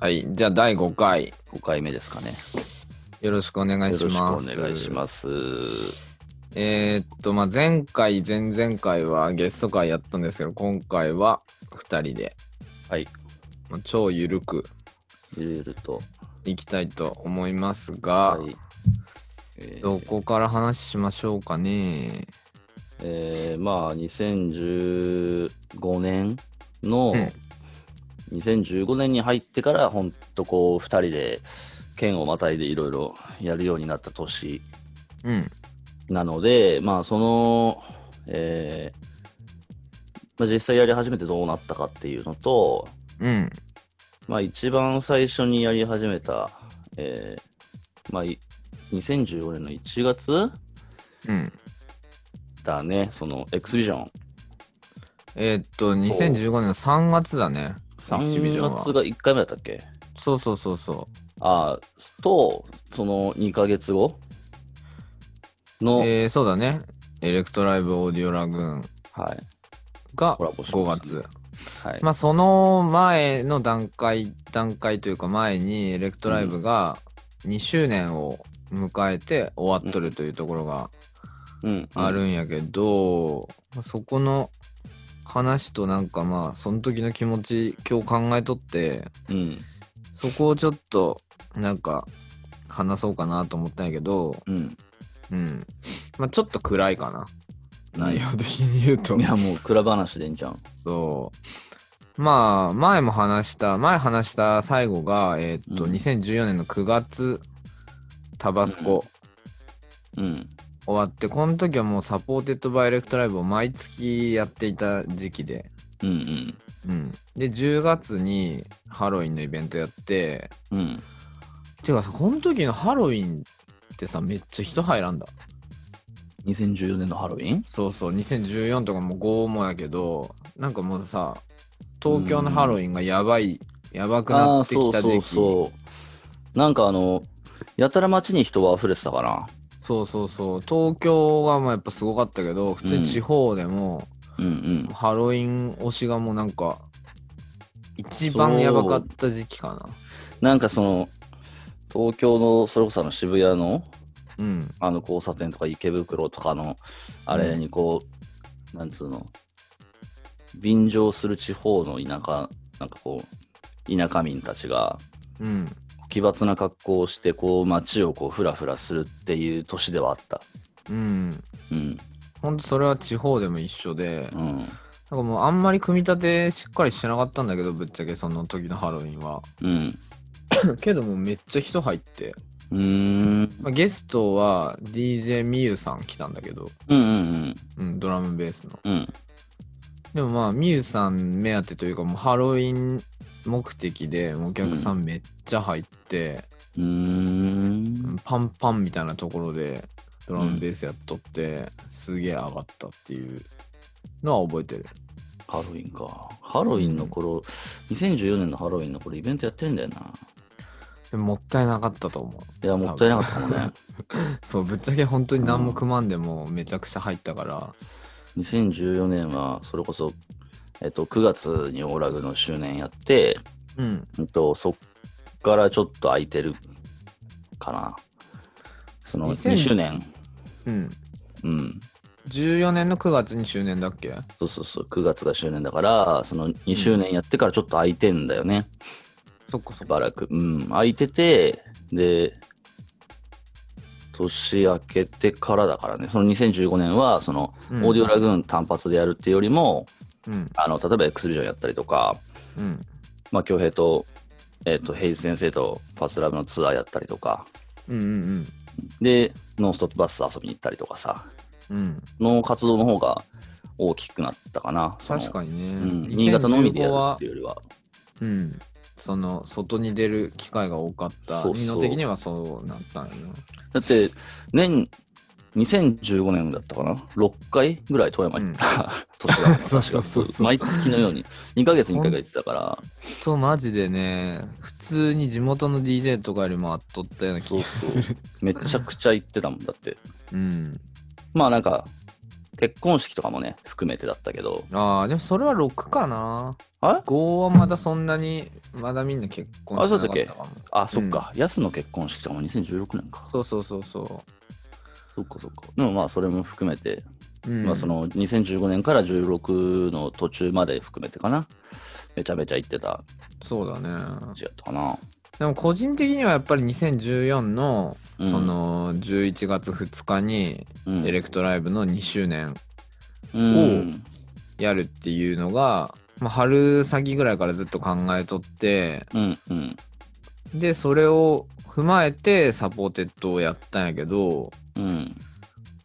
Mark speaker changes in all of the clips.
Speaker 1: はい。じゃあ、第5回、
Speaker 2: 5回目ですかね。
Speaker 1: よろしくお願い
Speaker 2: よ
Speaker 1: し
Speaker 2: ろしくお
Speaker 1: ます。
Speaker 2: 願いし
Speaker 1: す。
Speaker 2: ます。
Speaker 1: えーっと、まあ、前回、前々回はゲスト会やったんですけど、今回は2人で、
Speaker 2: はい。
Speaker 1: まあ、超ゆるく
Speaker 2: ルールと。
Speaker 1: いきたいと思いますが、
Speaker 2: はい。えー
Speaker 1: どこから話しましょうかね。
Speaker 2: えーまあ、2015年の、
Speaker 1: うん
Speaker 2: 2015年に入ってから、ほんとこう、2人で県をまたいでいろいろやるようになった年
Speaker 1: うん。
Speaker 2: なので、まあ、その、えーまあ、実際やり始めてどうなったかっていうのと、
Speaker 1: うん。
Speaker 2: まあ、一番最初にやり始めた、えーまあ、い2015年の1月
Speaker 1: うん。
Speaker 2: だね、そのエクスビジョン。
Speaker 1: えーっと、2015年の3月だね。エキシビジ
Speaker 2: 3
Speaker 1: ョンは
Speaker 2: 月が1回目だったっけ
Speaker 1: そうそうそうそ
Speaker 2: ああ、と、その2ヶ月後
Speaker 1: う。
Speaker 2: の、
Speaker 1: えー、そうだね。エレクトライブオーディオラグーン
Speaker 2: はい、
Speaker 1: が
Speaker 2: コラボし
Speaker 1: 5
Speaker 2: ました
Speaker 1: 月
Speaker 2: ね。はい。
Speaker 1: まあその前の段階段階というか前にエレクトライブが2周年を迎えて終わっとるというところが
Speaker 2: うん、
Speaker 1: あるんやけど、まあそこの話となんかまあその時の気持ち今日考えとって
Speaker 2: うん。
Speaker 1: そこをちょっとなんか話そうかなと思ったんやけど、
Speaker 2: うん。
Speaker 1: うんまあ、ちょっと暗いかな
Speaker 2: 内
Speaker 1: 内容的に言うと
Speaker 2: 容。いや、もう、蔵話でんじゃん。
Speaker 1: そう。まあ、前も話した、前話した最後が、えーっと、
Speaker 2: うん
Speaker 1: 2014年の9月、タバスコ
Speaker 2: うん。
Speaker 1: 終わって、この時はもうサポーテッドバイエレクトライブを毎月やっていた時期で、
Speaker 2: うん
Speaker 1: うん。で、10月にハロウィンのイベントやって、
Speaker 2: うん。うん。
Speaker 1: てかさ、この時のハロウィンってさ、めっちゃ人入らんだ。
Speaker 2: 2014年のハロウィン
Speaker 1: そうそう、2014とかもう5もやけど、なんかもうさ、東京のハロウィンがやばい、やばくなってきた時期。
Speaker 2: あーそうそうそうなんかあのやたら街に人は溢れてたかな
Speaker 1: そうそうそう東京がまあやっぱすごかったけど普通に地方でも、
Speaker 2: うんうん
Speaker 1: ハロウィン推しがもうなんか一番やばかった時期かな
Speaker 2: なんかその東京のそれこそあの渋谷の
Speaker 1: うん
Speaker 2: あの交差点とか池袋とかのあれにこう、なんつうの便乗する地方の田舎なんかこう田舎民たちが
Speaker 1: うん
Speaker 2: 奇抜な格好をしてこう街をこうフラフラするっていう年ではあった
Speaker 1: うん
Speaker 2: うん
Speaker 1: ほんとそれは地方でも一緒で、
Speaker 2: う
Speaker 1: なん
Speaker 2: ん
Speaker 1: かもうあんまり組み立てしっかりしてなかったんだけどぶっちゃけその時のハロウィン は
Speaker 2: うん
Speaker 1: けどもうめっちゃ人入って、
Speaker 2: うーん
Speaker 1: まあ、ゲストは DJ みゆさん来たんだけど、
Speaker 2: うんうん
Speaker 1: うん、ドラムベースの
Speaker 2: うんうん
Speaker 1: でもまあ、みゆさん目当てというか、もうハロウィン目的で、もうお客さんめっちゃ入って、
Speaker 2: うーん。
Speaker 1: パンパンみたいなところで、ドラムベースやっとって、すげえ上がったっていうのは覚えてる。
Speaker 2: ハロウィンか。ハロウィンの頃、2014年のハロウィンの頃、イベントやってんだよな。
Speaker 1: でももったいなかったと思う。
Speaker 2: いや、もったいなかったもんね。
Speaker 1: そう、ぶっちゃけ本当に何も組まんでもめちゃくちゃ入ったから、
Speaker 2: 2014年は、それこそ、えっと、9月にオーラグの周年やって、
Speaker 1: うん。
Speaker 2: うんと、そっからちょっと空いてるかな。その
Speaker 1: 2000
Speaker 2: 2周年。
Speaker 1: うん。
Speaker 2: うん。
Speaker 1: 14年の9月に周年だっけ
Speaker 2: そうそうそう、9月が周年だから、その2周年やってからちょっと空いてんだよね。
Speaker 1: そっかそ
Speaker 2: し
Speaker 1: っ
Speaker 2: ば
Speaker 1: か。
Speaker 2: らく。うん、空いてて、で、年明けてからだからね、その2015年は、その、
Speaker 1: うん
Speaker 2: オーディオラグーン単発でやるっていうよりも、
Speaker 1: うん。
Speaker 2: あの、例えばエクスビジョンやったりとか、
Speaker 1: うん。
Speaker 2: まあ、京平と、えっ、と、平イ先生とパスラブのツアーやったりとか、
Speaker 1: うんうん
Speaker 2: で、ノンストップバス遊びに行ったりとかさ、
Speaker 1: うん。うん。
Speaker 2: の活動の方が大きくなったかな。その
Speaker 1: 確かにね。
Speaker 2: うん、新潟のみでやる
Speaker 1: 2015は
Speaker 2: っていうよりは。
Speaker 1: うん、その外に出る機会が多かった
Speaker 2: そうそう
Speaker 1: ニノ的にはそうなったんやな
Speaker 2: だって、年、2015年だったかな ?6 回ぐらい富山行った、 年だった
Speaker 1: そうそうそうそう
Speaker 2: 確か毎月のように、2ヶ月に1回ぐらい行ってたから、
Speaker 1: そうマジでね普通に地元の DJ とかよりも圧倒ったような気がする
Speaker 2: めちゃくちゃ行ってたもんだって。
Speaker 1: うん
Speaker 2: まあなんか、結婚式とかもね、含めてだったけど、
Speaker 1: ああ、でもそれは6かな。
Speaker 2: あ
Speaker 1: ?5 はまだそんなに、まだみんな結婚しなかったかも。
Speaker 2: あ、そっか、ヤスの結婚式とかも2016年か。
Speaker 1: そうそうそうそ
Speaker 2: そっかそっか。でもまあ、それも含めて、
Speaker 1: う。うん、
Speaker 2: まあその2015年から16の途中まで含めてかな。めちゃめちゃ行ってた
Speaker 1: そうだね。
Speaker 2: 時やったかな。
Speaker 1: でも個人的にはやっぱり2014の、
Speaker 2: うん
Speaker 1: その11月2日に
Speaker 2: うん
Speaker 1: エレクトライブの2周年
Speaker 2: うん
Speaker 1: やるっていうのが、まあ、春先ぐらいからずっと考えとって
Speaker 2: うんうん
Speaker 1: でそれを踏まえてサポーテッドをやったんやけど
Speaker 2: うん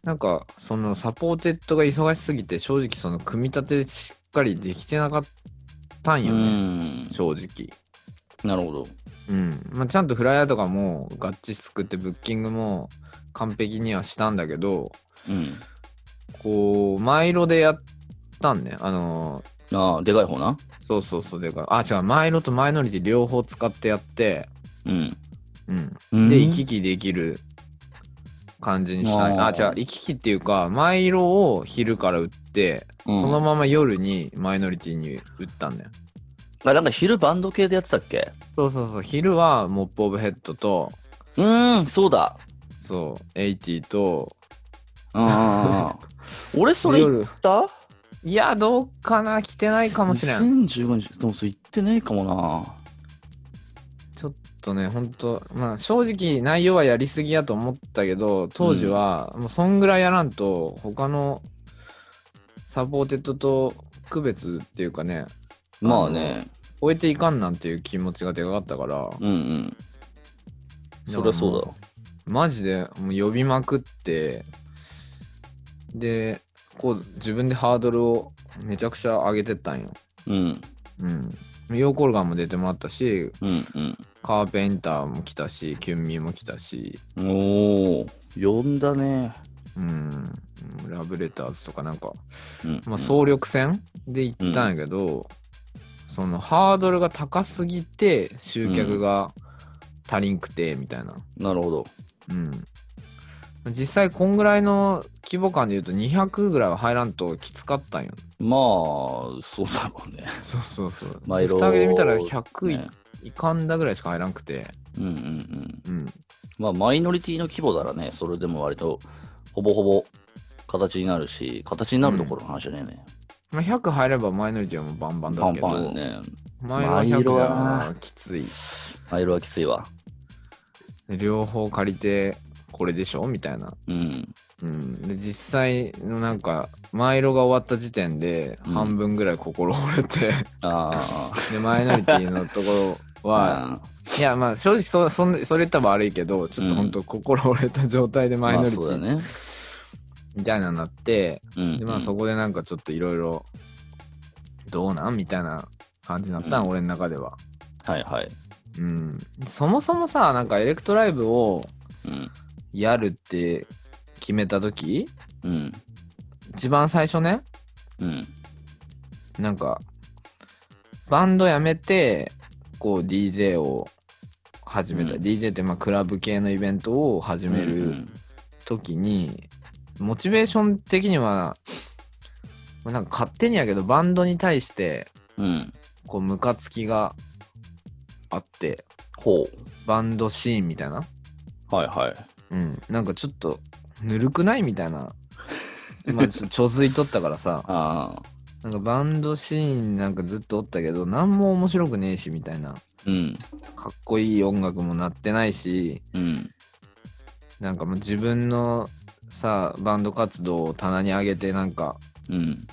Speaker 1: なんかそのサポーテッドが忙しすぎて正直その組み立てしっかりできてなかったん
Speaker 2: う
Speaker 1: よね、
Speaker 2: ん
Speaker 1: 正直。
Speaker 2: なるほど。
Speaker 1: うんまあ、ちゃんとフライヤーとかもガッチ作ってブッキングも完璧にはしたんだけど
Speaker 2: うん。
Speaker 1: こうマイロでやったんねあの
Speaker 2: ああ、でかい方な。
Speaker 1: そうそうそうでかあ違うマイロとマイノリティ両方使ってやって、
Speaker 2: うん。
Speaker 1: うん、
Speaker 2: うん
Speaker 1: で行き来できる感じにしたいあ
Speaker 2: あー
Speaker 1: 違う行き来っていうかマイロを昼から売って、
Speaker 2: うん
Speaker 1: そのまま夜にマイノリティに売ったんだよ
Speaker 2: あなんか昼バンド系でやってたっけ
Speaker 1: そうそうそう昼はモップオブヘッドと
Speaker 2: うーん、そうだ。
Speaker 1: そうエイティと
Speaker 2: うんうんうんうん 俺それ行
Speaker 1: 夜
Speaker 2: った
Speaker 1: いやどうかな来てないかもしれん
Speaker 2: 2015年、でもそれ行ってねえかもな。
Speaker 1: ちょっとね、本当まあ正直内容はやりすぎやと思ったけど、当時はもうそんぐらいやらんと、他のサポーテッドと区別っていうかね、
Speaker 2: まあね。
Speaker 1: 終えていかんなんていう気持ちがでかかったから、
Speaker 2: うんうん。そりゃそうだ。
Speaker 1: マジでもう呼びまくって、で、こう自分でハードルをめちゃくちゃ上げてったんよ。
Speaker 2: うん。
Speaker 1: うん。ヨーコルガンも出てもらったし、
Speaker 2: うんうん。
Speaker 1: カーペンターも来たし、キュンミーも来たし、
Speaker 2: おお呼んだね。
Speaker 1: うん、ラブレターズとかなんか、
Speaker 2: うん、
Speaker 1: まあ、総力戦で行ったんやけど、そのハードルが高すぎて集客が足りんくてみたいな、
Speaker 2: なるほど。
Speaker 1: うん、実際こんぐらいの規模感で言うと200ぐらいは入らんときつかったんよ
Speaker 2: まあ、そうだろうね。
Speaker 1: そうそうそう
Speaker 2: まあいろいろ
Speaker 1: 蓋開けてみたら100い,、
Speaker 2: ね
Speaker 1: かんだぐらいしか入らんくて、
Speaker 2: うんうんうん。
Speaker 1: うん、
Speaker 2: まあ、マイノリティの規模ならね、それでも割と、ほぼほぼ形になるし、形になるところの話だよね。
Speaker 1: まあ、100入ればマイノリティはもうバンバン
Speaker 2: パ
Speaker 1: だ
Speaker 2: ン
Speaker 1: けど
Speaker 2: パンね。
Speaker 1: マイノは
Speaker 2: マイ
Speaker 1: 100
Speaker 2: ロは
Speaker 1: はきつい
Speaker 2: マイロはきついわ。
Speaker 1: 両方借りてこれでしょみたいな、
Speaker 2: うん。
Speaker 1: うん、で実際のなんかマイロが終わった時点で
Speaker 2: うん
Speaker 1: 半分ぐらい心折れ て、
Speaker 2: あ
Speaker 1: でマイノリティのところ
Speaker 2: あ。
Speaker 1: は、いや まあ正直そそんそれ言ったら悪いけどちょっと本当心折れた状態でマ
Speaker 2: まあ
Speaker 1: イノリテ
Speaker 2: そうだ
Speaker 1: ィ
Speaker 2: ね。
Speaker 1: みたいなのになって、
Speaker 2: うんうん。
Speaker 1: でまあそこでなんかちょっといろいろどうなんみたいな感じになったの、
Speaker 2: うん
Speaker 1: 俺の中では。
Speaker 2: はいはい。
Speaker 1: うん、そもそもさなんかエレクトライブを
Speaker 2: うん。
Speaker 1: やるって決めた時
Speaker 2: うん。
Speaker 1: 一番最初ね
Speaker 2: うん。
Speaker 1: なんかバンドやめてこう DJ を始めた、
Speaker 2: うん
Speaker 1: DJ ってまあクラブ系のイベントを始め
Speaker 2: う
Speaker 1: る
Speaker 2: ん
Speaker 1: 時に、モチベーション的にはまあなんか勝手にやけどバンドに対して
Speaker 2: うん。うん。
Speaker 1: こうムカつきがあって
Speaker 2: ほ
Speaker 1: バンドシーンみたいな、
Speaker 2: う。はいはい。
Speaker 1: うん、なんかちょっとぬるくないみたいなまあちょっと貯水とったからさ
Speaker 2: ああ。
Speaker 1: なんかバンドシーンなんかずっとおったけど何も面白くねえしみたいな
Speaker 2: うん。
Speaker 1: かっこいい音楽も鳴ってないし
Speaker 2: うん。
Speaker 1: なんかもう自分のさバンド活動を棚に上げてなんか
Speaker 2: うん。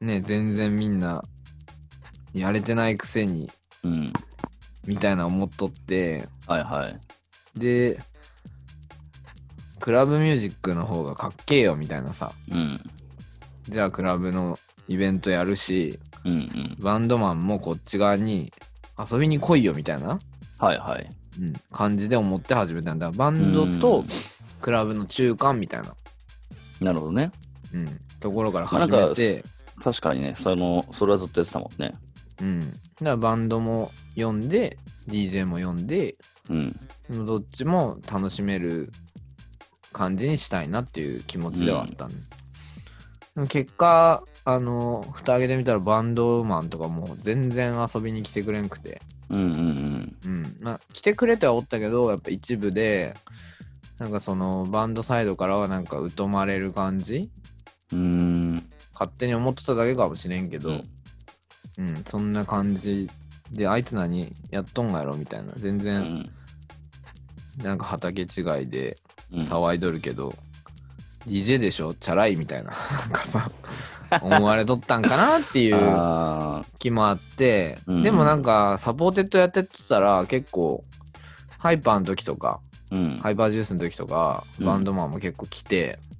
Speaker 1: ね全然みんなやれてないくせに
Speaker 2: うん。
Speaker 1: みたいな思っとって
Speaker 2: はいはい。
Speaker 1: でクラブミュージックの方がかっけえよみたいなさ
Speaker 2: うん。
Speaker 1: じゃあクラブのイベントやるし
Speaker 2: うんうん。
Speaker 1: バンドマンもこっち側に遊びに来いよみたいな、
Speaker 2: はいはい。
Speaker 1: うん感じで思って始めたんだバンドとクラブの中間みたいな、
Speaker 2: うん。なるほどね。
Speaker 1: うん、ところから始めて、
Speaker 2: 確かにね、その、それはずっとやってたもんね。
Speaker 1: うん、だからバンドも読んで DJ も読んで
Speaker 2: うん。
Speaker 1: どっちも楽しめる感じにしたいなっていう気持ちではあったね、でも結果、あの、蓋開けてみたらバンドマンとかもう全然遊びに来てくれんくて。
Speaker 2: うんうん
Speaker 1: うん。まあ、来てくれてはおったけど、やっぱ一部で、なんかそのバンドサイドからはなんか疎まれる感じ
Speaker 2: うん。うーん。
Speaker 1: 勝手に思ってただけかもしれんけど、
Speaker 2: うん
Speaker 1: うん、そんな感じで、あいつ何やっとんがやろみたいな。全
Speaker 2: う
Speaker 1: 然、
Speaker 2: ん
Speaker 1: なんか畑違いで
Speaker 2: うん
Speaker 1: 騒いどるけど、DJ でしょチャラいみたいな。 なんかさ、思われとったんかなっていう
Speaker 2: あ
Speaker 1: 気もあって、
Speaker 2: うん
Speaker 1: でもなんか、サポーテッドやってたら結構、ハイパーの時とか、
Speaker 2: ーうん。
Speaker 1: ハイパージュースの時とか、
Speaker 2: うん
Speaker 1: バンドマンも結構来て、
Speaker 2: うん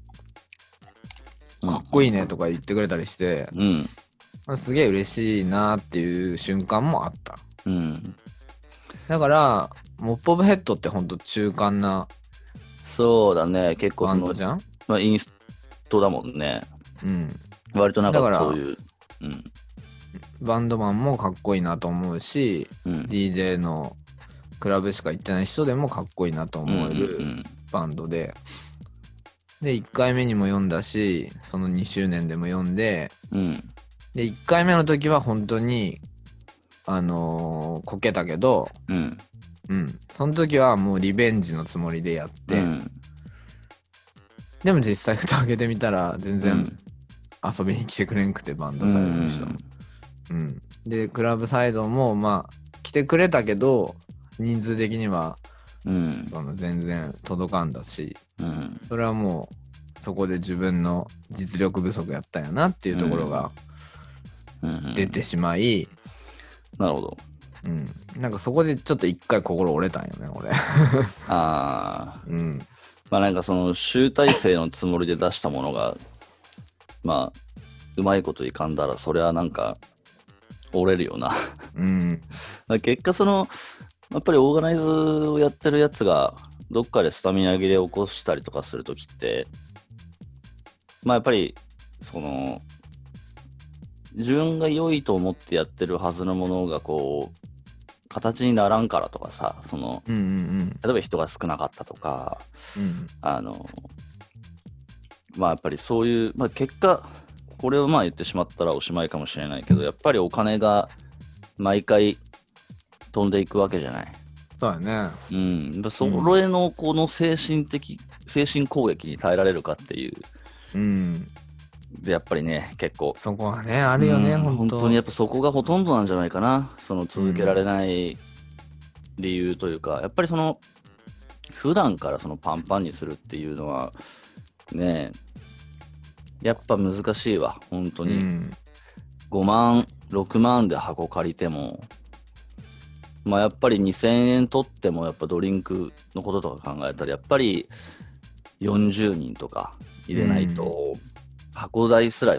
Speaker 1: かっこいいねとか言ってくれたりして、
Speaker 2: うん。
Speaker 1: すげえ嬉しいなっていう瞬間もあった。
Speaker 2: うん。
Speaker 1: だから、モップ・オブ・ヘッドってほんと中間な
Speaker 2: そうだね。結構
Speaker 1: バ
Speaker 2: そ
Speaker 1: ン
Speaker 2: の
Speaker 1: ド、じゃん
Speaker 2: まあ、インストだもんね。
Speaker 1: うん。
Speaker 2: 割となんか
Speaker 1: だから
Speaker 2: そういう。うん。
Speaker 1: バンドマンもかっこいいなと思うし、
Speaker 2: うん。
Speaker 1: DJ のクラブしか行ってない人でもかっこいいなと思え
Speaker 2: うんう
Speaker 1: る
Speaker 2: ん
Speaker 1: バンドで、で、1回目にも読んだし、その2周年でも読んで、
Speaker 2: うん。
Speaker 1: で、1回目の時は本当に、あのーこけたけど、
Speaker 2: うん。
Speaker 1: うん、その時はもうリベンジのつもりでやって、
Speaker 2: うん
Speaker 1: でも実際蓋開けてみたら全
Speaker 2: う
Speaker 1: 然
Speaker 2: ん
Speaker 1: 遊びに来てくれんくて、バンドサイドの人も。うん、でクラブサイドもまあ来てくれたけど人数的には
Speaker 2: うん。
Speaker 1: その全然届かんだし
Speaker 2: うん。
Speaker 1: それはもうそこで自分の実力不足やったんやなっていうところが
Speaker 2: うん
Speaker 1: 出てしまい、
Speaker 2: なるほど。
Speaker 1: うんなんかそこでちょっと一回心折れたんよね俺、
Speaker 2: ああ。
Speaker 1: うん、
Speaker 2: まあなんかその集大成のつもりで出したものが、まあ、うまいこといかんだら、それはなんか、折れるよな。
Speaker 1: うん
Speaker 2: まあ結果そのやっぱりオーガナイズをやってるやつがどっかでスタミナ切れを起こしたりとかするときってまあやっぱりその自分が良いと思ってやってるはずのものがこう形にならんからとかさその
Speaker 1: うんうんうん
Speaker 2: 例えば人が少なかったとか
Speaker 1: うん
Speaker 2: あのまあやっぱりそういう、まあ、結果これをまあ言ってしまったらおしまいかもしれないけどやっぱりお金が毎回飛んでいくわけじゃない。
Speaker 1: そうやね
Speaker 2: うん、やっぱそれのこの精神的、精神攻撃に耐えられるかっていう
Speaker 1: うん
Speaker 2: でやっぱりね結構
Speaker 1: そこはねあるよね、
Speaker 2: うん
Speaker 1: 本当
Speaker 2: にやっぱそこがほとんどなんじゃないかなその続けられない理由というか、やっぱりその普段からそのパンパンにするっていうのはねえやっぱ難しいわ本当
Speaker 1: う
Speaker 2: に、
Speaker 1: ん
Speaker 2: 5万6万で箱借りてもまあやっぱり2000円取ってもやっぱドリンクのこととか考えたらやっぱり40人とか入れないと箱代すら、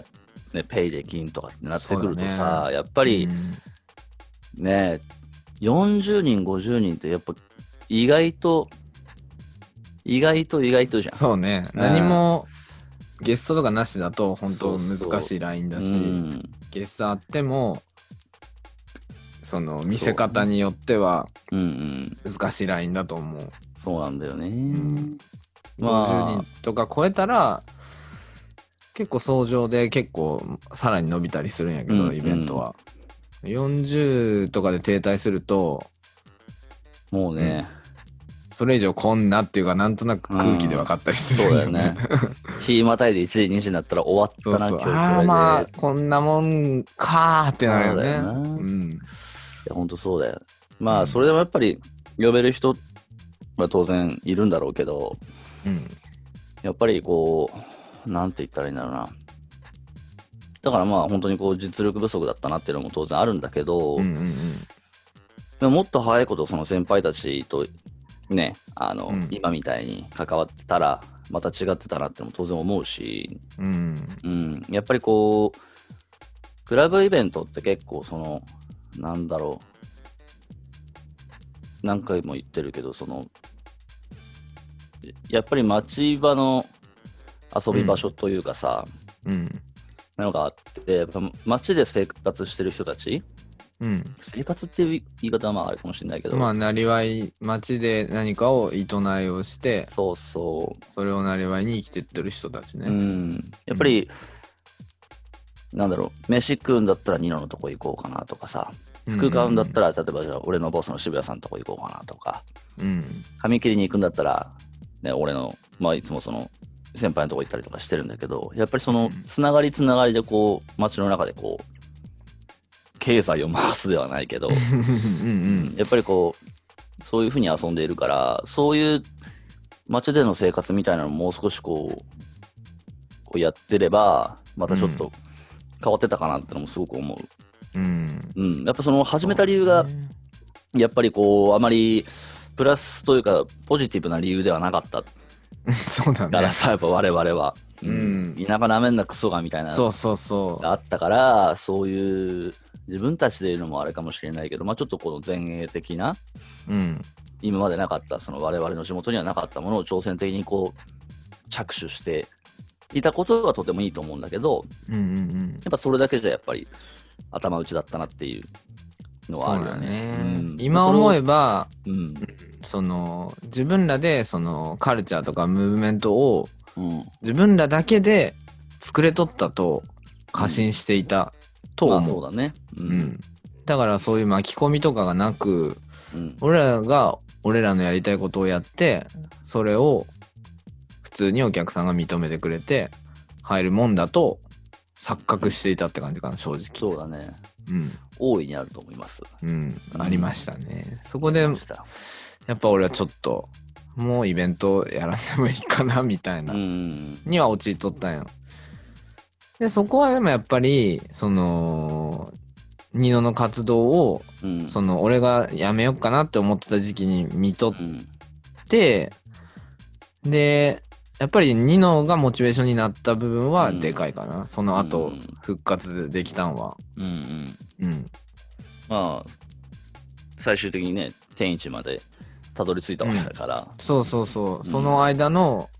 Speaker 2: ね、ペイできんとかってなってくると
Speaker 1: そうだ
Speaker 2: さ、やっぱり
Speaker 1: うん
Speaker 2: ね、40人50人ってやっぱ意外と意外と意外とじゃん。
Speaker 1: そうね何もゲストとかなしだと本当難しいラインだし
Speaker 2: うん
Speaker 1: ゲストあってもその見せ方によっては
Speaker 2: うんうん、
Speaker 1: 難しいラインだと思う
Speaker 2: そうなんだよね。
Speaker 1: ん
Speaker 2: まあ
Speaker 1: 50人とか超えたら結構相乗で結構さらに伸びたりするんやけ
Speaker 2: うん
Speaker 1: ど、
Speaker 2: うん
Speaker 1: イベントは40とかで停滞すると
Speaker 2: もうね、
Speaker 1: それ以上こんなっていうかなんとなく空気で分かったりす
Speaker 2: そ
Speaker 1: る
Speaker 2: うんだよ ね。日またいで1時、2時になったら終わった
Speaker 1: そう
Speaker 2: な、
Speaker 1: そう。
Speaker 2: 今日
Speaker 1: ああーまあ、こんなもんかーってなるよね。
Speaker 2: そうだよな
Speaker 1: うん。
Speaker 2: いや、ほんとそうだよ。まあ、それでもやっぱり、呼べる人は当然いるんだろうけど、
Speaker 1: うん。
Speaker 2: やっぱりこう、なんて言ったらいいんだろうな。だからまあ、本当にこう、実力不足だったなっていうのも当然あるんだけど、
Speaker 1: うんうん
Speaker 2: でももっと早いこと、その先輩たちと、ね、あの、
Speaker 1: うん
Speaker 2: 今みたいに関わってたら、また違ってたなってのも当然思うし、
Speaker 1: うん。うん。
Speaker 2: うん、やっぱりこう、クラブイベントって結構その、なんだろう、何回も言ってるけど、その、やっぱり町場の遊び場所というかさ、
Speaker 1: うん。
Speaker 2: なのがあって、やっぱ町で生活してる人たち、
Speaker 1: うん。
Speaker 2: 生活っていう言い方はまああれかもしれないけど、
Speaker 1: まあ、なりわい、町で何かを営いをして、
Speaker 2: そうそう、
Speaker 1: それをなりわいに生きてってる人たち
Speaker 2: う
Speaker 1: ね。
Speaker 2: ん、やっぱり、なんだろう、飯食うんだったらニノのとこ行こうかなとかさ、服買うんだった
Speaker 1: ら、
Speaker 2: ら、例えばじゃあ俺のボスの渋谷さんのとこ行こうかなとか、
Speaker 1: うん、
Speaker 2: 髪切りに行くんだったら、ね、俺の、まあ、いつもその、先輩のとこ行ったりとかしてるんだけど、やっぱりその
Speaker 1: うん、
Speaker 2: つながりつながりで、こう、街の中でこう、経済を回すではないけど、
Speaker 1: うんうん
Speaker 2: やっぱりこう、そういうふうに遊んでいるから、そういう街での生活みたいなのをもう少しこう、こうやってれば、またちょっ
Speaker 1: う
Speaker 2: と変わってたかなってのもすごく思う。
Speaker 1: うん
Speaker 2: うん。やっぱその始めた理由が、やっぱりこう、あまり、プラスというか、ポジティブな理由ではなかった
Speaker 1: そうだ
Speaker 2: だから
Speaker 1: ね
Speaker 2: さ、やっぱ我々は、
Speaker 1: うん
Speaker 2: 田舎なめんなクソがみたいな
Speaker 1: そうそうそう
Speaker 2: があったから、そういう自分たちで言うのもあれかもしれないけど、まあ、ちょっとこの前衛的な、
Speaker 1: うん
Speaker 2: 今までなかった、その我々の地元にはなかったものを挑戦的にこう着手していたことはとてもいいと思うんだけど、
Speaker 1: うんうんうん
Speaker 2: やっぱそれだけじゃやっぱり頭打ちだったなっていうのはあ
Speaker 1: そう
Speaker 2: るよ
Speaker 1: だ
Speaker 2: ね。
Speaker 1: ね
Speaker 2: うん
Speaker 1: 今思えば
Speaker 2: それをうん
Speaker 1: その自分らでそのカルチャーとかムーブメントを
Speaker 2: うん
Speaker 1: 自分らだけで作れとったと過信していたと
Speaker 2: ま
Speaker 1: 思う,、
Speaker 2: あそうだね。う
Speaker 1: うんん、だからそういう巻き込みとかがなく
Speaker 2: うん
Speaker 1: 俺らが俺らのやりたいことをやってそれを普通にお客さんが認めてくれて入るもんだと錯覚していたって感じかな正直
Speaker 2: そうだね。
Speaker 1: うん、
Speaker 2: 大いにあると思います。
Speaker 1: うん、
Speaker 2: うん
Speaker 1: ありましたねそこで
Speaker 2: 思いました
Speaker 1: やっぱ俺はちょっともうイベントやらんでもいいかな みたいな、
Speaker 2: うん
Speaker 1: には陥っとったんよでそこはでもやっぱりそのニノの活動を
Speaker 2: うん
Speaker 1: その俺がやめようかなって思ってた時期に見とっ
Speaker 2: うん
Speaker 1: ってでやっぱりニノがモチベーションになった部分はでかいかな、その
Speaker 2: う
Speaker 1: 後
Speaker 2: ん
Speaker 1: 復活できたんは
Speaker 2: うんうん
Speaker 1: うん
Speaker 2: まあ最終的にね天一までたどり着いたわけだから、
Speaker 1: そうそうそうその間の、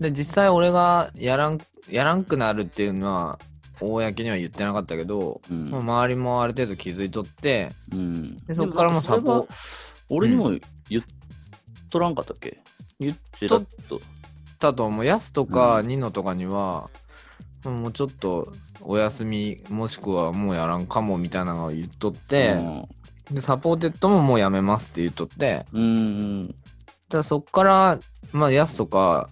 Speaker 1: で実際俺がやらんやらんくなるっていうのは公には言ってなかったけど、
Speaker 2: うん
Speaker 1: もう周りもある程度気づいとって
Speaker 2: うん
Speaker 1: でそっからもうサポ
Speaker 2: でもなんかそれは俺にも言っとらんかったっけ、
Speaker 1: 言っ
Speaker 2: ちらっと
Speaker 1: だと思うヤスとか
Speaker 2: うん
Speaker 1: ニノとかには、もうちょっとお休みもしくはもうやらんかもみたいなのを言っとって、で、サポーテッドももうやめますって言っとって、
Speaker 2: うんうん
Speaker 1: だからそっから、まあ、ヤスとか、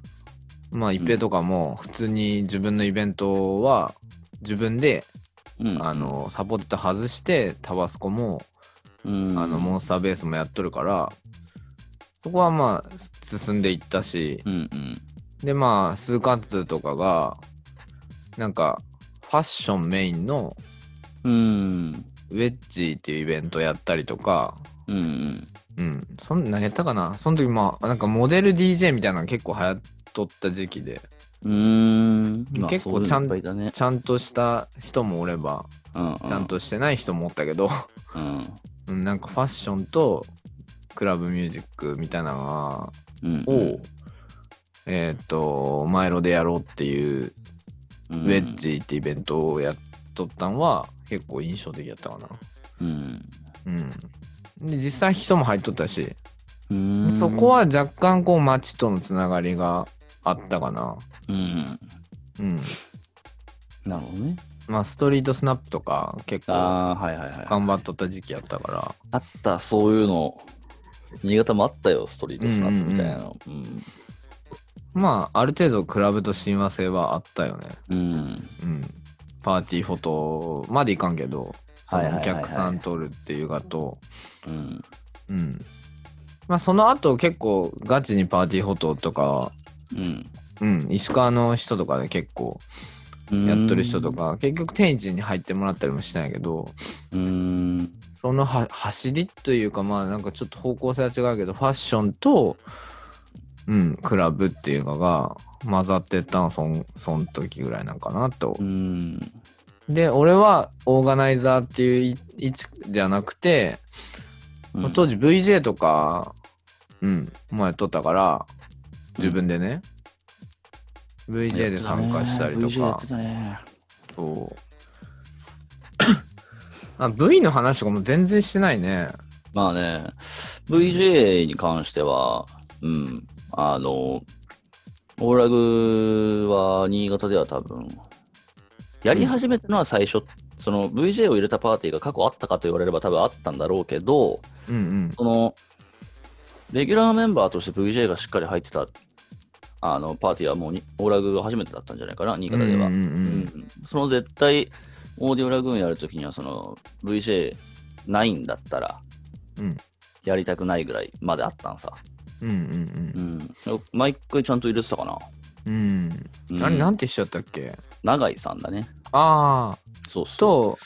Speaker 1: まあ、一平とかも、普通に自分のイベントは、自分で、
Speaker 2: うん
Speaker 1: あ、の、サポーテッド外して、タバスコも、
Speaker 2: うん、
Speaker 1: あの、モンスターベースもやっとるから、そこはまあ、す進んでいったし、
Speaker 2: うんうん
Speaker 1: で、まあ、スーカンツーとかが、なんか、ファッションメインの、
Speaker 2: うん
Speaker 1: ウェッジっていうイベントやったりとか、
Speaker 2: うんうん
Speaker 1: うん、そんなやったかなその時まあなんかモデル DJ みたいなの結構流行っとった時期で
Speaker 2: うんまあ
Speaker 1: 結構
Speaker 2: そういうの
Speaker 1: ちゃん
Speaker 2: いっぱいだね
Speaker 1: ちゃんとした人もおれば
Speaker 2: うん
Speaker 1: ちゃんとしてない人もおったけど、
Speaker 2: うん
Speaker 1: うん、なんかファッションとクラブミュージックみたいなの
Speaker 2: うん
Speaker 1: がを、えっ、とマイロでやろうっていうウ
Speaker 2: ウ
Speaker 1: ェッジってイベントをやっとったんは結構印象的やったかな
Speaker 2: うん
Speaker 1: うんで実際人も入っとったし
Speaker 2: うん
Speaker 1: そこは若干こう街とのつながりがあったかな
Speaker 2: うん
Speaker 1: うん
Speaker 2: なるほどね
Speaker 1: まあ、ストリートスナップとか結構
Speaker 2: ああはいはいはい
Speaker 1: 頑張っとった時期やったから、
Speaker 2: あった、そういうの。新潟もあったよ、ストリートスナップみたいなの。うん
Speaker 1: まあ、ある程度クラブと親和性はあったよね。
Speaker 2: うん。
Speaker 1: うん。パーティーフォトまでいかんけど、そ
Speaker 2: はい
Speaker 1: の
Speaker 2: は
Speaker 1: お
Speaker 2: いはいはい
Speaker 1: 客さん撮るっていうかと、
Speaker 2: うん。
Speaker 1: うん。まあ、その後結構ガチにパーティーフォトとか、
Speaker 2: うん。
Speaker 1: うん、石川の人とかで結構
Speaker 2: うん
Speaker 1: やっとる人と。か、結局天一に入ってもらったりもしたんやけど、
Speaker 2: うん。
Speaker 1: そのは走りというかまあなんかちょっと方向性は違うけどファッションと、うん、クラブっていうのが混ざってったのはそんそん時ぐらいなんかなと
Speaker 2: う。ん。
Speaker 1: で俺はオーガナイザーっていうい位置じゃなくて、
Speaker 2: うん
Speaker 1: 当時 VJ とか、うん、もうやっとったから自分でね、VJ で参加したりとか。
Speaker 2: やってたね
Speaker 1: そう あ V の話とかも全然してないね。
Speaker 2: まあね、VJ に関しては、うん。あの、オーラグは新潟では多分、やり始めたのは最初、その VJ を入れたパーティーが過去あったかと言われれば多分あったんだろうけど、
Speaker 1: うんうん。
Speaker 2: その、レギュラーメンバーとして VJ がしっかり入ってた、あの、パーティーはもうに、オーラグが初めてだったんじゃないかな、新潟では。
Speaker 1: うんうんうん
Speaker 2: うんその絶対、オーディオラグーンやるときには、その、VJ ないんだったら、
Speaker 1: うん
Speaker 2: やりたくないぐらいまであったんさ。
Speaker 1: うんうん
Speaker 2: うん。毎回ちゃんと入れてたかな。
Speaker 1: うん。
Speaker 2: う
Speaker 1: うん。あれ、なんてしちゃったっけ
Speaker 2: 長井さんだね。
Speaker 1: ああ、
Speaker 2: そうそう。
Speaker 1: と、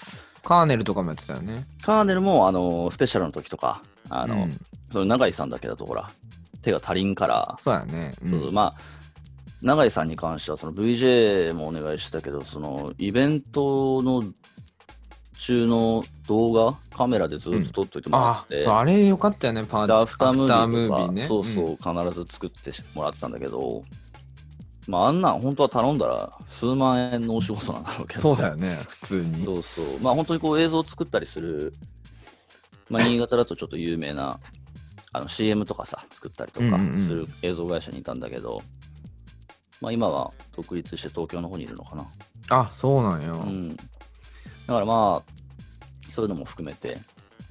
Speaker 1: カーネルとかもやってたよね。
Speaker 2: カーネルも、あの、スペシャルの時とか、あの、
Speaker 1: うん
Speaker 2: その長井さんだけだと、ほら、手が足りんから、
Speaker 1: そうだね。うん
Speaker 2: そうまあ永井さんに関してはその VJ もお願いしたけどそのイベントの中の動画カメラでずっと撮っといてもら
Speaker 1: あ
Speaker 2: っ
Speaker 1: あ、
Speaker 2: て、
Speaker 1: そう、あれよかったよね、パー
Speaker 2: で
Speaker 1: テ
Speaker 2: アフタームービ
Speaker 1: アフタ
Speaker 2: ーとか
Speaker 1: ームービーね
Speaker 2: そうそう、必ず作ってもらってたんだけど、まああんなん本当は頼んだら数万円のお仕事なんだろうけど
Speaker 1: そうだよね、普通に。
Speaker 2: そうそう。まあ本当にこう映像を作ったりする、 まあ新潟だとちょっと有名な、あの CM とかさ、作ったりと
Speaker 1: うん
Speaker 2: か
Speaker 1: うんうん
Speaker 2: する映像会社にいたんだけど、まあ今は独立して東京の方にいるのかな。
Speaker 1: あ、そうなんよ。
Speaker 2: うん。だからまあ、そういうのも含めて、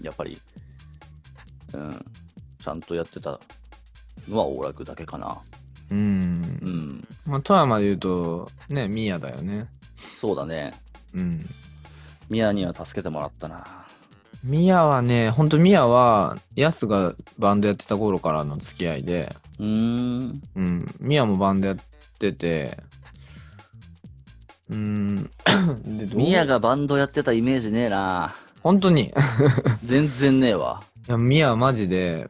Speaker 2: やっぱり、うん、ちゃんとやってたのは大楽だけかな。
Speaker 1: うん。
Speaker 2: うん、
Speaker 1: まあ、富山で言うと、ね、ミヤだよね。
Speaker 2: そうだね。
Speaker 1: うん。
Speaker 2: ミヤには助けてもらったな。
Speaker 1: ミヤはね、ほんとミヤは、ヤスがバンドやってた頃からの付き合いで、
Speaker 2: うーん。
Speaker 1: うん、ミヤもバンドやってて、うん、 でどう
Speaker 2: ミヤがバンドやってたイメージねえな。
Speaker 1: 本当に、い
Speaker 2: 全然ねえわ。
Speaker 1: や、ミヤはマジで、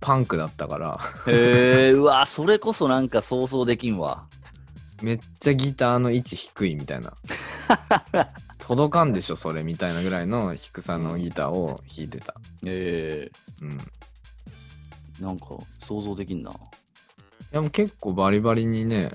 Speaker 1: パンクだったから、
Speaker 2: へえ、うわ、それこそなんか想像できんわ。
Speaker 1: めっちゃギターの位置低いみたい な。届かんでしょ、それみたいなぐらいの低さのギターを弾いてた。
Speaker 2: え
Speaker 1: うん。い
Speaker 2: え、なんか想像できんな。
Speaker 1: や、もう結構バリバリにね、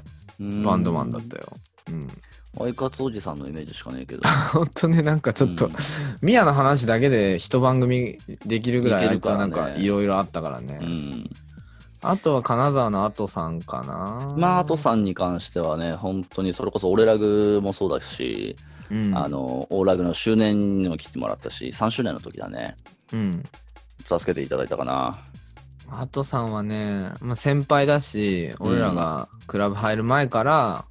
Speaker 1: バンドマンだ った
Speaker 2: よ。
Speaker 1: よ。うん。
Speaker 2: アイカツおじさんのイメージしかねえけど。
Speaker 1: ほんとね、なんかちょっと、
Speaker 2: うん
Speaker 1: ミヤの話だけで一番組できるぐらい
Speaker 2: い
Speaker 1: あ
Speaker 2: け
Speaker 1: い
Speaker 2: る
Speaker 1: つ
Speaker 2: か
Speaker 1: は
Speaker 2: ら
Speaker 1: なん
Speaker 2: ね
Speaker 1: かいろいろあったからね。
Speaker 2: うん。
Speaker 1: あとは金沢のアトさんかな。
Speaker 2: まあ、アトさんに関してはね、本当にそれこそ俺ラグもそうだし、
Speaker 1: うん、
Speaker 2: あ、の、オーラグの周年にも来てもらったし、3周年の時だね。
Speaker 1: うん。
Speaker 2: 助けていただいたかな。
Speaker 1: アトさんはね、まあ、先輩だし、俺らがクラブ入る前から、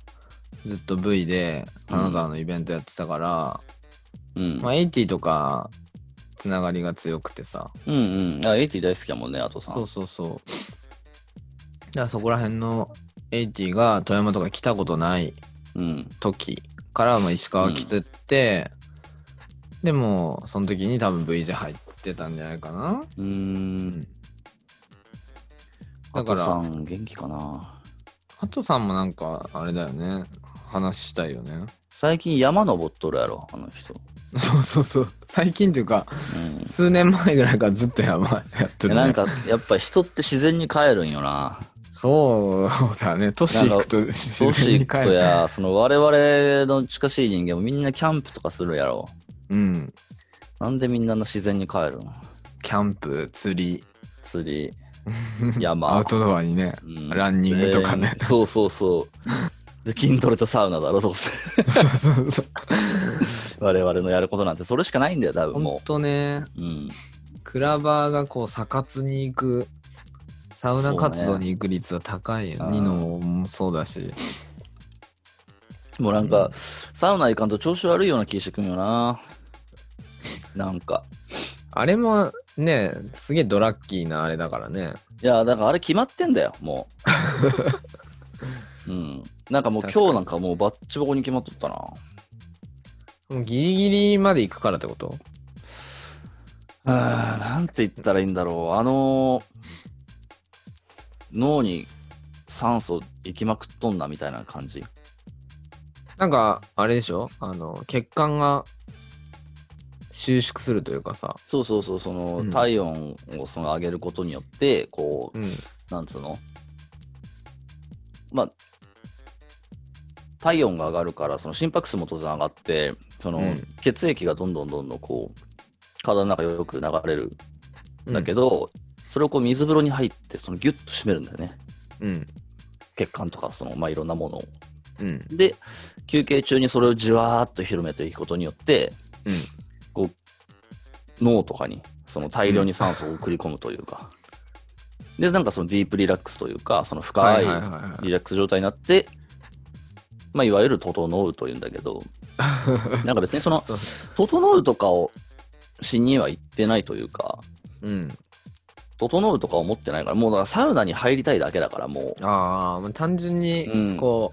Speaker 1: ずっと V で金沢のイベントやってたから、
Speaker 2: うん。
Speaker 1: まあ、80とか、つながりが強くてさ。
Speaker 2: うんうん。あ、エイティ大好きやもんね、アトさん。
Speaker 1: そうそうそう。だからそこら辺の80が富山とか来たことない
Speaker 2: うん。
Speaker 1: 時からも石川来てって、でもその時に多分 V 字入ってたんじゃないかな
Speaker 2: うーん。
Speaker 1: だ
Speaker 2: ア
Speaker 1: か
Speaker 2: ト
Speaker 1: ら
Speaker 2: さん、元気かな。
Speaker 1: ハトさんもなんかあれだよね話したいよね
Speaker 2: 最近山登っとるやろ、あの人。
Speaker 1: そうそうそう最近というか
Speaker 2: うん
Speaker 1: 数年前ぐらいからずっとやばいやってる、ね、
Speaker 2: なんかやっぱ人って自然に帰るんよな。
Speaker 1: そうだね都市行くと 自
Speaker 2: 都市
Speaker 1: 然
Speaker 2: 行
Speaker 1: に
Speaker 2: く
Speaker 1: 帰
Speaker 2: と
Speaker 1: る
Speaker 2: や、その我々の近しい人間もみんなキャンプとかするやろ。
Speaker 1: うん
Speaker 2: なんでみんな自然に帰るん
Speaker 1: キャンプ釣り、
Speaker 2: 釣り 山、
Speaker 1: アウトドアに ね
Speaker 2: うん
Speaker 1: ランニングとかね
Speaker 2: でそうそうそう。で、筋トレとサウナだろ、どうせ。
Speaker 1: そうそうそう
Speaker 2: 我々のやることなんてそれしかないんだよ、多分
Speaker 1: ほん
Speaker 2: も
Speaker 1: とね
Speaker 2: う。うん。
Speaker 1: クラバーがこう、サ活に行く、サウナ活動に行く率は高いよ、
Speaker 2: そうね
Speaker 1: ニノもそうだし。
Speaker 2: もうなんか、サウナ行かんと調子悪いような気してくんよな。なんか。
Speaker 1: あれもね、すげえドラッキーなあれだからね。
Speaker 2: いや、だからあれ決まってんだよ、も う。うん。なんかもう
Speaker 1: 確かに
Speaker 2: 今日なんかもうバッチボコに決まっとった
Speaker 1: もうギリギリまで行くからってこと
Speaker 2: な。うん、なんて言ったらいいんだろう。あの脳に酸素行きまくっとんなみたいな感じ。
Speaker 1: なんか、あれでしょあの、血管が収縮するというかさ。
Speaker 2: そうそうそう、その、
Speaker 1: うん
Speaker 2: 体温をその上げることによって、こう
Speaker 1: う、ん。
Speaker 2: なんつうのまあ、体温が上がるから、その心拍数も当然上がって、その
Speaker 1: うん
Speaker 2: 血液がどんどんどんどんこう、体の中よく流れるんだけ
Speaker 1: ど。
Speaker 2: ど、それをこう水風呂に入って、そのギュッと締めるんだよね。
Speaker 1: うん。
Speaker 2: 血管とか、その、まあ、いろんなものを。
Speaker 1: ううん。
Speaker 2: で、休憩中にそれをじわーっと広めていくことによって、
Speaker 1: うん
Speaker 2: こう、脳とかに、その大量に酸素を送り込むというか、で、なんかそのディープリラックスというか、その深い
Speaker 1: はいはいはいはい
Speaker 2: リラックス状態になって、まあ、いわゆる整うというんだけど、なんか別にその、
Speaker 1: そう
Speaker 2: 整うとかをしには行ってないというか、
Speaker 1: うん。
Speaker 2: 整うとか思ってないから、もうだからサウナに入りたいだけだから、も
Speaker 1: ああ、もう単純
Speaker 2: うん
Speaker 1: に、こ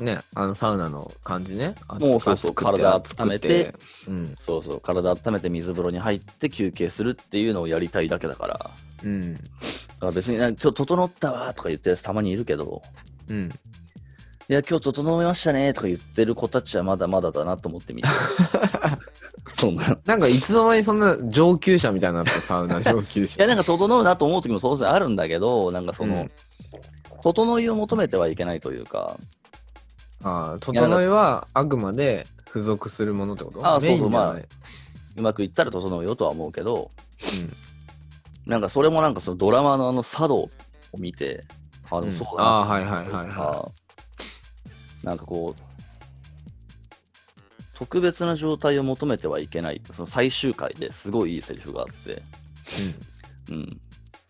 Speaker 1: う、ね、あのサウナの感じね。熱
Speaker 2: もう
Speaker 1: く
Speaker 2: そうそ
Speaker 1: 熱
Speaker 2: う
Speaker 1: くて
Speaker 2: 体
Speaker 1: 熱く
Speaker 2: 温めて
Speaker 1: うん
Speaker 2: う、。そうそう、体温めて水風呂に入って休憩するっていうのをやりたいだけだから、
Speaker 1: うん。
Speaker 2: だから別になんか、ちょっと整ったわーとか言ってるやつたまにいるけど、
Speaker 1: うん。
Speaker 2: いや、今日整いましたねーとか言ってる子たちはまだまだだなと思ってみて。そんな。い
Speaker 1: なんかいつの間にそんな上級者みたいになったサウナ上級者。
Speaker 2: や、なんか整うなと思う時も当然あるんだけど、なんかその、
Speaker 1: うん
Speaker 2: 整いを求めてはいけないというか、
Speaker 1: ああ、整いはあくまで付属するものってこと
Speaker 2: ああ
Speaker 1: メイン
Speaker 2: そうそう
Speaker 1: じゃないう
Speaker 2: まくいったら整うよとは思うけど、なんかそれもなんかそのドラマのあの茶道を見て、あ、
Speaker 1: う
Speaker 2: で
Speaker 1: ん
Speaker 2: もそうだ
Speaker 1: あ
Speaker 2: な
Speaker 1: あ、はいはいはいは
Speaker 2: あなんかこう、特別な状態を求めてはいけない。その最終回ですごいいいセリフがあって、
Speaker 1: い。
Speaker 2: うん。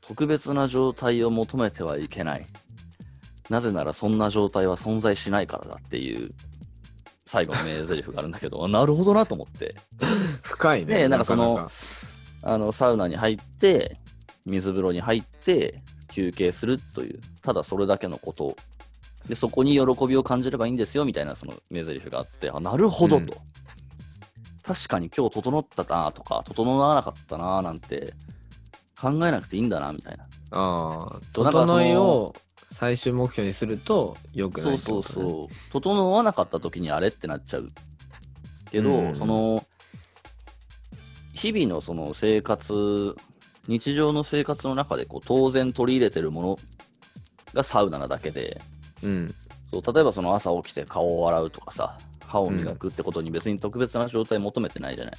Speaker 2: 特別な状態を求めてはいけない。なぜならそんな状態は存在しないからだっていう最後の名台詞があるんだけど、あなるほどなと思って。
Speaker 1: うん深いね。
Speaker 2: ねえなんかその
Speaker 1: なか
Speaker 2: あの、サウナに入って、水風呂に入って、休憩するという、ただそれだけのこと。で、そこに喜びを感じればいいんですよ、みたいな、その、名台詞があって、あ、なるほど
Speaker 1: うん
Speaker 2: と。確かに今日整ったなとか、整わなかったななんて、考えなくていいんだな、みたいな。
Speaker 1: なかああ、
Speaker 2: そうなんかその
Speaker 1: 整いを最終目標にすると良くな
Speaker 2: そ
Speaker 1: いうって
Speaker 2: そ
Speaker 1: こ
Speaker 2: う
Speaker 1: とね。
Speaker 2: そう。整わなかった時にあれってなっちゃう。けど、
Speaker 1: うん
Speaker 2: その、日々のその生活、日常の生活の中でこう当然取り入れてるものがサウナなだけで、
Speaker 1: うん。
Speaker 2: そう例えばその朝起きて顔を洗うとかさ、歯を磨くってことに別に特別な状態求めてないじゃない。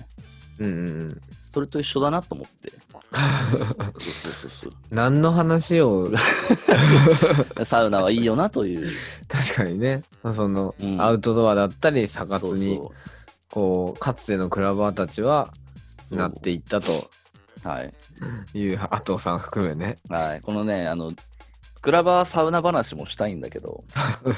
Speaker 1: うんうんうん。
Speaker 2: それと一緒だなと思って。そうそうそう
Speaker 1: 何の話を、
Speaker 2: そう。サウナはいいよなという。
Speaker 1: 確かにね、まあその、
Speaker 2: うん
Speaker 1: アウトドアだったり、サ活に、
Speaker 2: そう
Speaker 1: こう、かつてのクラバーたちは、
Speaker 2: そう
Speaker 1: なっていったと
Speaker 2: そうはい。
Speaker 1: いう、あとさん含めね。
Speaker 2: はい、このね、あの、クラバーサウナ話もしたいんだけど、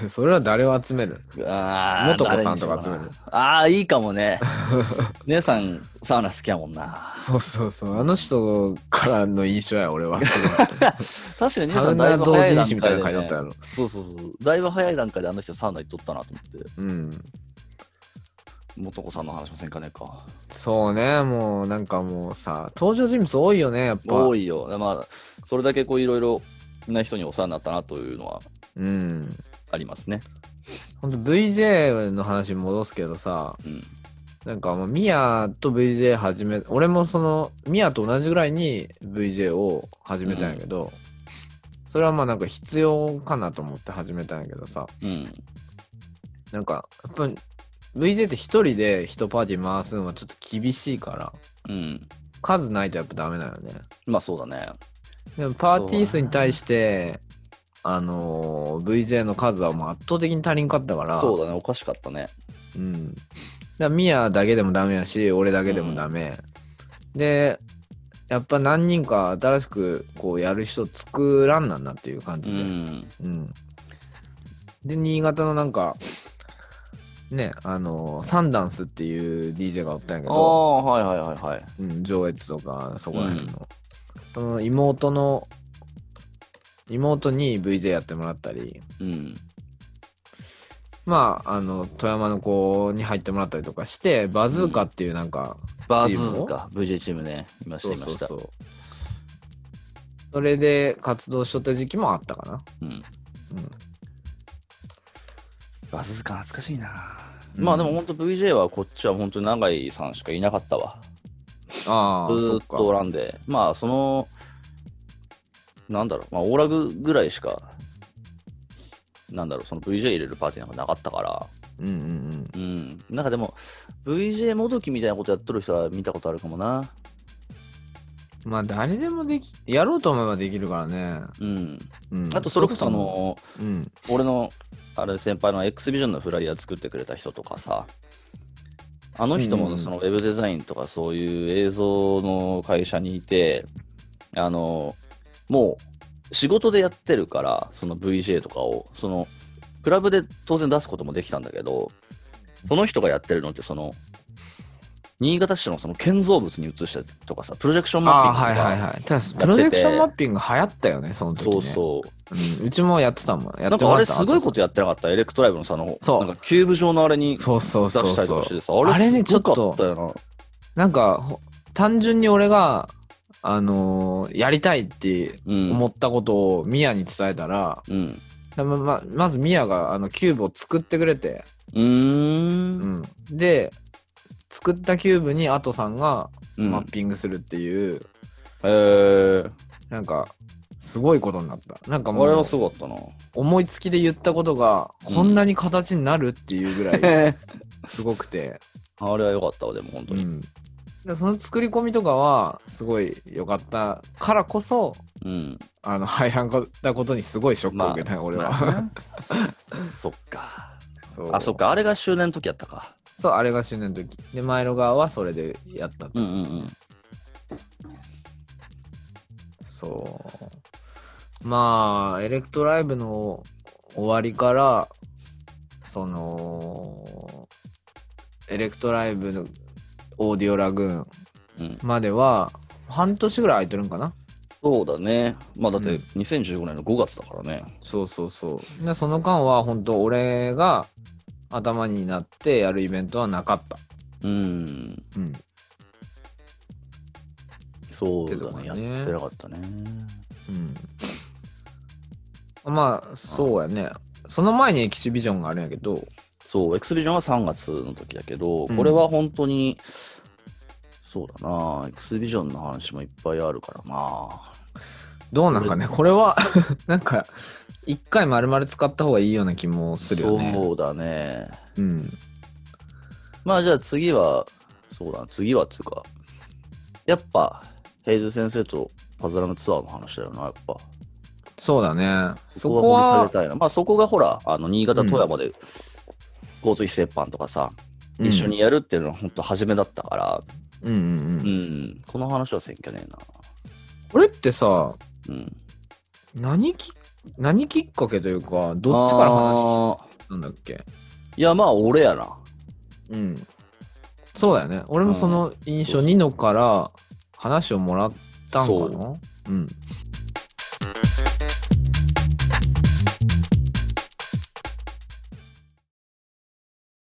Speaker 1: それは誰を集める
Speaker 2: あ
Speaker 1: 元子さんとか集める
Speaker 2: ああー、いいかもね。 姉さん、サウナ好きやもんな。
Speaker 1: そうそうそう。あの人からの印象や、俺は。
Speaker 2: 確かに姉
Speaker 1: サ
Speaker 2: さ
Speaker 1: ウ
Speaker 2: ん、だ
Speaker 1: ナ
Speaker 2: いぶ
Speaker 1: 同
Speaker 2: 早い
Speaker 1: 人
Speaker 2: 段
Speaker 1: 誌みたい
Speaker 2: 階
Speaker 1: なの書い
Speaker 2: で、
Speaker 1: てあっ
Speaker 2: ね
Speaker 1: たや。ろ。
Speaker 2: そうそうそう。だいぶ早い段階であの人サウナ行っとったなと思って、
Speaker 1: うん。
Speaker 2: 元子さんの話もせんかねえか。
Speaker 1: そうね、もうなんかもうさ、登場人物多いよね、やっぱ。
Speaker 2: 多いよ。まあ、それだけこう、いろいろな人にお世話になったなというのは
Speaker 1: うん。
Speaker 2: ありますね。
Speaker 1: ほんと VJ の話に戻すけどさ、
Speaker 2: うん。
Speaker 1: なんかもうミヤと VJ 始め、俺もそのミヤと同じぐらいに VJ を始めたんやけど、それはまあなんか必要かなと思って始めたんやけどさ、
Speaker 2: うん。
Speaker 1: なんかやっぱ VJ って一人で一パーティー回すのはちょっと厳しいから、
Speaker 2: うん。
Speaker 1: 数ないとやっぱダメだよね。
Speaker 2: まあ、そうだね。
Speaker 1: でもパーティー数に対して、あのー VJ の数はもう圧倒的に足りんかったから、
Speaker 2: そうだね。おかしかったね。
Speaker 1: うん。だからミヤだけでもダメやし、俺だけでもダメ。で、やっぱ何人か新しくこうやる人作らんなんなっていう感
Speaker 2: う
Speaker 1: じで。うん。
Speaker 2: ん。
Speaker 1: で、新潟のなんか、ね、あのサンダンスっていう DJ がおったんやけ
Speaker 2: あ
Speaker 1: ど、
Speaker 2: あ、はいはいはいはい。
Speaker 1: うん、上越とかそこら辺の。その妹の、妹に VJ やってもらったり、
Speaker 2: うん。
Speaker 1: まあ、あの、富山の子に入ってもらったりとかして、バズーカっていうなんか、
Speaker 2: バーズーズか、VJ チームね、いました、いました。
Speaker 1: う。それで活動しとった時期もあったかな。
Speaker 2: うん
Speaker 1: うん
Speaker 2: バーズーズか、懐かしいな。
Speaker 1: うん
Speaker 2: まあでも本当 VJ はこっちは本当に永井さんしかいなかったわ。
Speaker 1: ああ、
Speaker 2: ず
Speaker 1: そ
Speaker 2: ー
Speaker 1: っ
Speaker 2: っとお
Speaker 1: から
Speaker 2: んで、まあその、なんだろう、まあオーラグぐらいしか、なんだろう、その VJ 入れるパーティーなんかなかったから、
Speaker 1: うんうんうん。
Speaker 2: うん。なんかでも、VJ もどきみたいなことやっとる人は見たことあるかもな。
Speaker 1: まあ誰でもでき、やろうと思えばできるからね。
Speaker 2: うん、
Speaker 1: うん、
Speaker 2: あとそれこそあ、の
Speaker 1: うん、
Speaker 2: 俺のあれ先輩の X ビジョンのフライヤー作ってくれた人とかさあの人
Speaker 1: うんう
Speaker 2: も
Speaker 1: ん
Speaker 2: そのウェブデザインとかそういう映像の会社にいてあのもう仕事でやってるからその VJ とかをそのクラブで当然出すこともできたんだけどその人がやってるのってその新潟市のその建造物に移したりとかさプロジェクションマッ
Speaker 1: あ
Speaker 2: ピ
Speaker 1: あ、
Speaker 2: ングとか
Speaker 1: はいはいはい。ただ、プロジェクションマッピング流行ったよね、その時、ね。
Speaker 2: そうそう
Speaker 1: うん、うちもやってたもん。や
Speaker 2: な
Speaker 1: って
Speaker 2: んか
Speaker 1: も
Speaker 2: あ
Speaker 1: ら
Speaker 2: れ
Speaker 1: った
Speaker 2: すごいことやってなかったエレクトライブのさあの
Speaker 1: そう
Speaker 2: なんかキューブ状のあれに
Speaker 1: そうそう
Speaker 2: 出
Speaker 1: そう
Speaker 2: したり
Speaker 1: そ
Speaker 2: とか
Speaker 1: う
Speaker 2: してさ、
Speaker 1: あ
Speaker 2: あ
Speaker 1: れ
Speaker 2: れ
Speaker 1: ね
Speaker 2: ね、
Speaker 1: ちょっと
Speaker 2: かったよな。
Speaker 1: なんかほ単純に俺があのーやりたいって
Speaker 2: うん。
Speaker 1: 思ったことをミヤに伝えたら、
Speaker 2: うん。
Speaker 1: まままずミヤがあのキューブを作ってくれて、
Speaker 2: うー。
Speaker 1: うんん、で作ったキューブにアトさんが
Speaker 2: うん
Speaker 1: マッピングするっていう、
Speaker 2: えー、
Speaker 1: なんかすごいことになったなんか
Speaker 2: あ
Speaker 1: も
Speaker 2: れは
Speaker 1: う
Speaker 2: すごかったな。
Speaker 1: 思いつきで言ったことが
Speaker 2: うん
Speaker 1: こんなに形になるっていうぐらい
Speaker 2: へ
Speaker 1: すごくて、
Speaker 2: あれは良かったわ、でも本当
Speaker 1: う
Speaker 2: に。
Speaker 1: ん、でその作り込みとかはすごい良かったからこそ
Speaker 2: うん。
Speaker 1: あの入らんかったことにすごいショックを受けたよ、俺は、
Speaker 2: まあね そっか。
Speaker 1: そう
Speaker 2: あ、そっか。あれが終年の時やったか。
Speaker 1: そうあれが周年の時で前の側はそれでやった
Speaker 2: うんうんうん。
Speaker 1: そうまあエレクトライブの終わりからそのエレクトライブのオーディオラグーン
Speaker 2: うん、
Speaker 1: までは半年ぐらい空いてるんかな
Speaker 2: そうだね。まあだっ
Speaker 1: う
Speaker 2: て
Speaker 1: ん
Speaker 2: 2015年の5月だからね。
Speaker 1: そうそうそうでその間は本当俺が頭になってやるイベントはなかった
Speaker 2: うん。
Speaker 1: うん
Speaker 2: そうだ
Speaker 1: け
Speaker 2: ね。
Speaker 1: ど
Speaker 2: やっ
Speaker 1: ね
Speaker 2: てなかったね。
Speaker 1: うんまあそうやねその前にエキシビジョンがあるんやけど
Speaker 2: そう、エクスビジョンは3月の時だけど、
Speaker 1: うん
Speaker 2: これは本当に、そうだな、エクスビジョンの話もいっぱいあるからな。
Speaker 1: どうなんかねこれは なんか一回丸々使った方がいいような気もするよね
Speaker 2: そうだね。
Speaker 1: うん
Speaker 2: まあじゃあ次は、そうだな、次はっつうか、やっぱ、ヘイズ先生とパズラのツアーの話だよな、やっぱ。
Speaker 1: そうだねそ
Speaker 2: こ
Speaker 1: こ
Speaker 2: こは掘り
Speaker 1: は
Speaker 2: 下げたいな。まあそこがほら、あの、新潟、
Speaker 1: うん
Speaker 2: 富山で交通費折半とかさ、
Speaker 1: うん
Speaker 2: 一緒にやるっていうのは本当初めだったから、
Speaker 1: うんうん
Speaker 2: う
Speaker 1: うん
Speaker 2: ん、この話はせんきゃねえな。
Speaker 1: これってさ
Speaker 2: うん。
Speaker 1: 何き何きっかけというかどっちから話聞い
Speaker 2: あー
Speaker 1: たんだっけ
Speaker 2: いや、まあ、俺やな。
Speaker 1: うんそうだよね俺もその印象
Speaker 2: うん
Speaker 1: ニノから話をもらったんか
Speaker 2: そ
Speaker 1: なうん